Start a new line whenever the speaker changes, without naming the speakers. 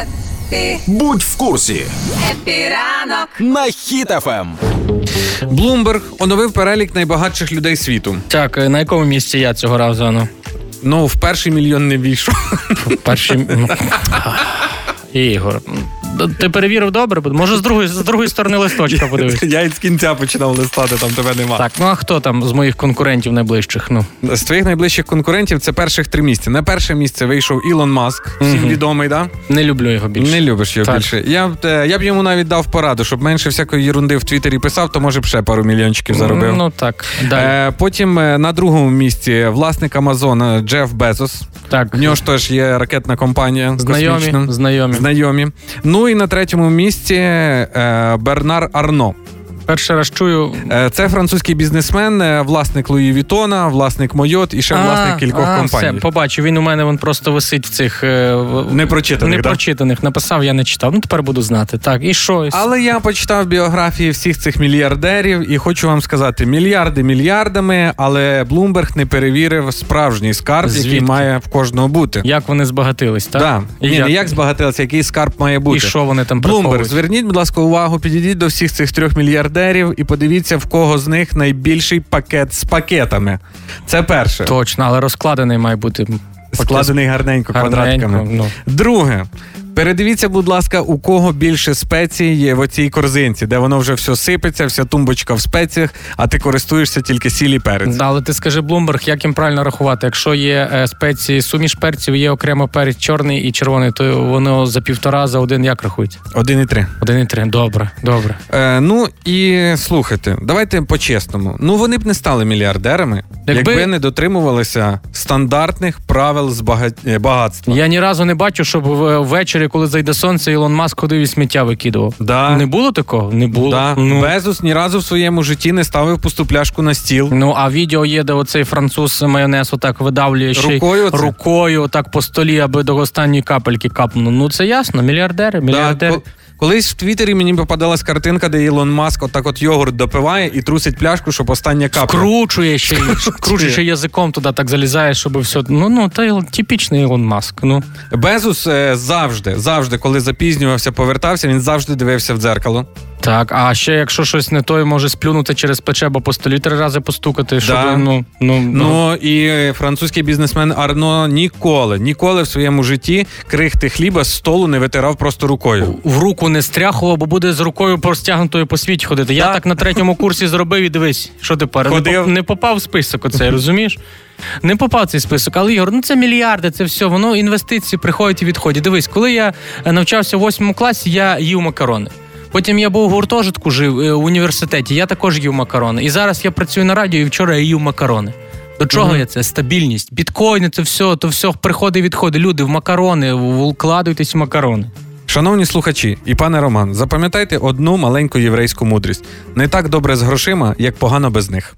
Епі,
Будь в курсі
епі ранок.
на Ем. Хіт-ФМ.
Блумберг оновив перелік найбагатших людей світу.
Так, е, на якому місці я цього разу? Ану?
Ну, в перший мільйон не війшов.
Перші. Ігор. м, Ти перевірив добре? Бо Може, з другої, з другої сторони листочка подивись.
Я і з кінця починав листати, там тебе нема.
Так, ну а хто там з моїх конкурентів найближчих? Ну,
З твоїх найближчих конкурентів це перших три місця. На перше місце вийшов Ілон Маск, всім відомий, да?
не люблю його більше.
Не любиш його
Так.
більше. Я б е, я б йому навіть дав пораду, щоб менше всякої єрунди в Твіттері писав, то може б ще пару мільйончиків заробив.
Ну так, далі.
Е, Потім е, на другому місці власник Амазона Джеф Безос.
так.
В нього ж теж є ракетна компанія. космічна.
знайомі, знайомі.
Знайомі. Ну і на третьому місці е, Бернар Арно.
Перший раз чую.
Е, це французький бізнесмен, е, власник Луї Вітона, власник Мойот і ще власник кількох
а,
компаній.
Все, побачу. Він у мене він просто висить в цих е, в-
Непрочитаних, да?
непрочитаних. Написав, я не читав. Ну тепер буду знати. Так, і що? І
Але я почитав біографії всіх цих мільярдерів і хочу вам сказати: мільярди мільярдами, але Блумберг не перевірив справжній скарб, який
Звідки?
має в кожного бути.
Як вони збагатились, так?
Да.
І
Ні,
як-
не як збагатилися, який скарб має бути.
І що вони там
Блумберг,
приховують?
зверніть, будь ласка, увагу, підійдіть до всіх цих трьох мільярдерів і подивіться, в кого з них найбільший пакет з пакетами. Це перше.
Точно, але розкладений має бути.
Складений гарненько, квадратками.
Гарненько,
Друге. Передивіться, будь ласка, у кого більше спецій є в оцій корзинці, де воно вже все сипеться, вся тумбочка в спеціях, а ти користуєшся тільки сіль і перець.
Да, ну. але ти скажи Блумберг, як їм правильно рахувати? Якщо є е, спеції суміш перців, є окремо перець чорний і червоний, то воно за півтора, за один як рахують?
Один і три.
Один і три. Добре, добре.
Е, ну і слухайте, давайте по-чесному. Ну вони б не стали мільярдерами, якби,
Якби-
не дотримувалися стандартних правил збага- е, багатства.
Я ні разу не бачу, щоб в- е, ввечері, коли зайде сонце, Ілон Маск ходив і сміття викидував.
Да.
Не було такого? Не було.
Да.
Ну,
Безус ні разу в своєму житті не ставив пусту пляшку на стіл.
ну а відео є, де оцей француз майонез отак видавлює ще й
Рукою оце?
рукою отак по столі, аби до останньої капельки капнуло. Ну це ясно, мільярдери, мільярдери.
Да, кол- Колись в Твіттері мені попадалась картинка, де Ілон Маск отак от йогурт допиває і трусить пляшку, щоб остання капля.
Вкручує ще, й- вкручує ще язиком туди так залізає, щоб все. Ну ну та й типічний Ілон Маск. Ну
Безус е, завжди, завжди, коли запізнювався, повертався, він завжди дивився в дзеркало.
так, а ще якщо щось не то, може сплюнути через плече або по столі три рази постукати, щоб
Да.
ну ну ну.
Ну і е, французький бізнесмен Арно ніколи, ніколи в своєму житті крихти хліба з столу не витирав просто рукою.
В руку не стряхував, бо буде з рукою простягнутою по світі ходити. Я так на третьому курсі зробив і дивись, що тепер Не,
Ходив.
поп- не попав в список оцей, розумієш? Не попав в цей список, але Ігор, ну це мільярди, це все. Воно інвестиції приходять і відходять. Дивись, коли я е, навчався в восьмому класі, я їв макарони. Потім я був у гуртожитку, жив е, в університеті, я також їв макарони. І зараз я працюю на радіо, і вчора я їв макарони. До чого я це? Стабільність. Біткоїни, це все, то все приходи, відходи. Люди в макарони, в- вкладуйтесь в макарони.
Шановні слухачі і пане Роман, запам'ятайте одну маленьку єврейську мудрість: не так добре з грошима, як погано без них.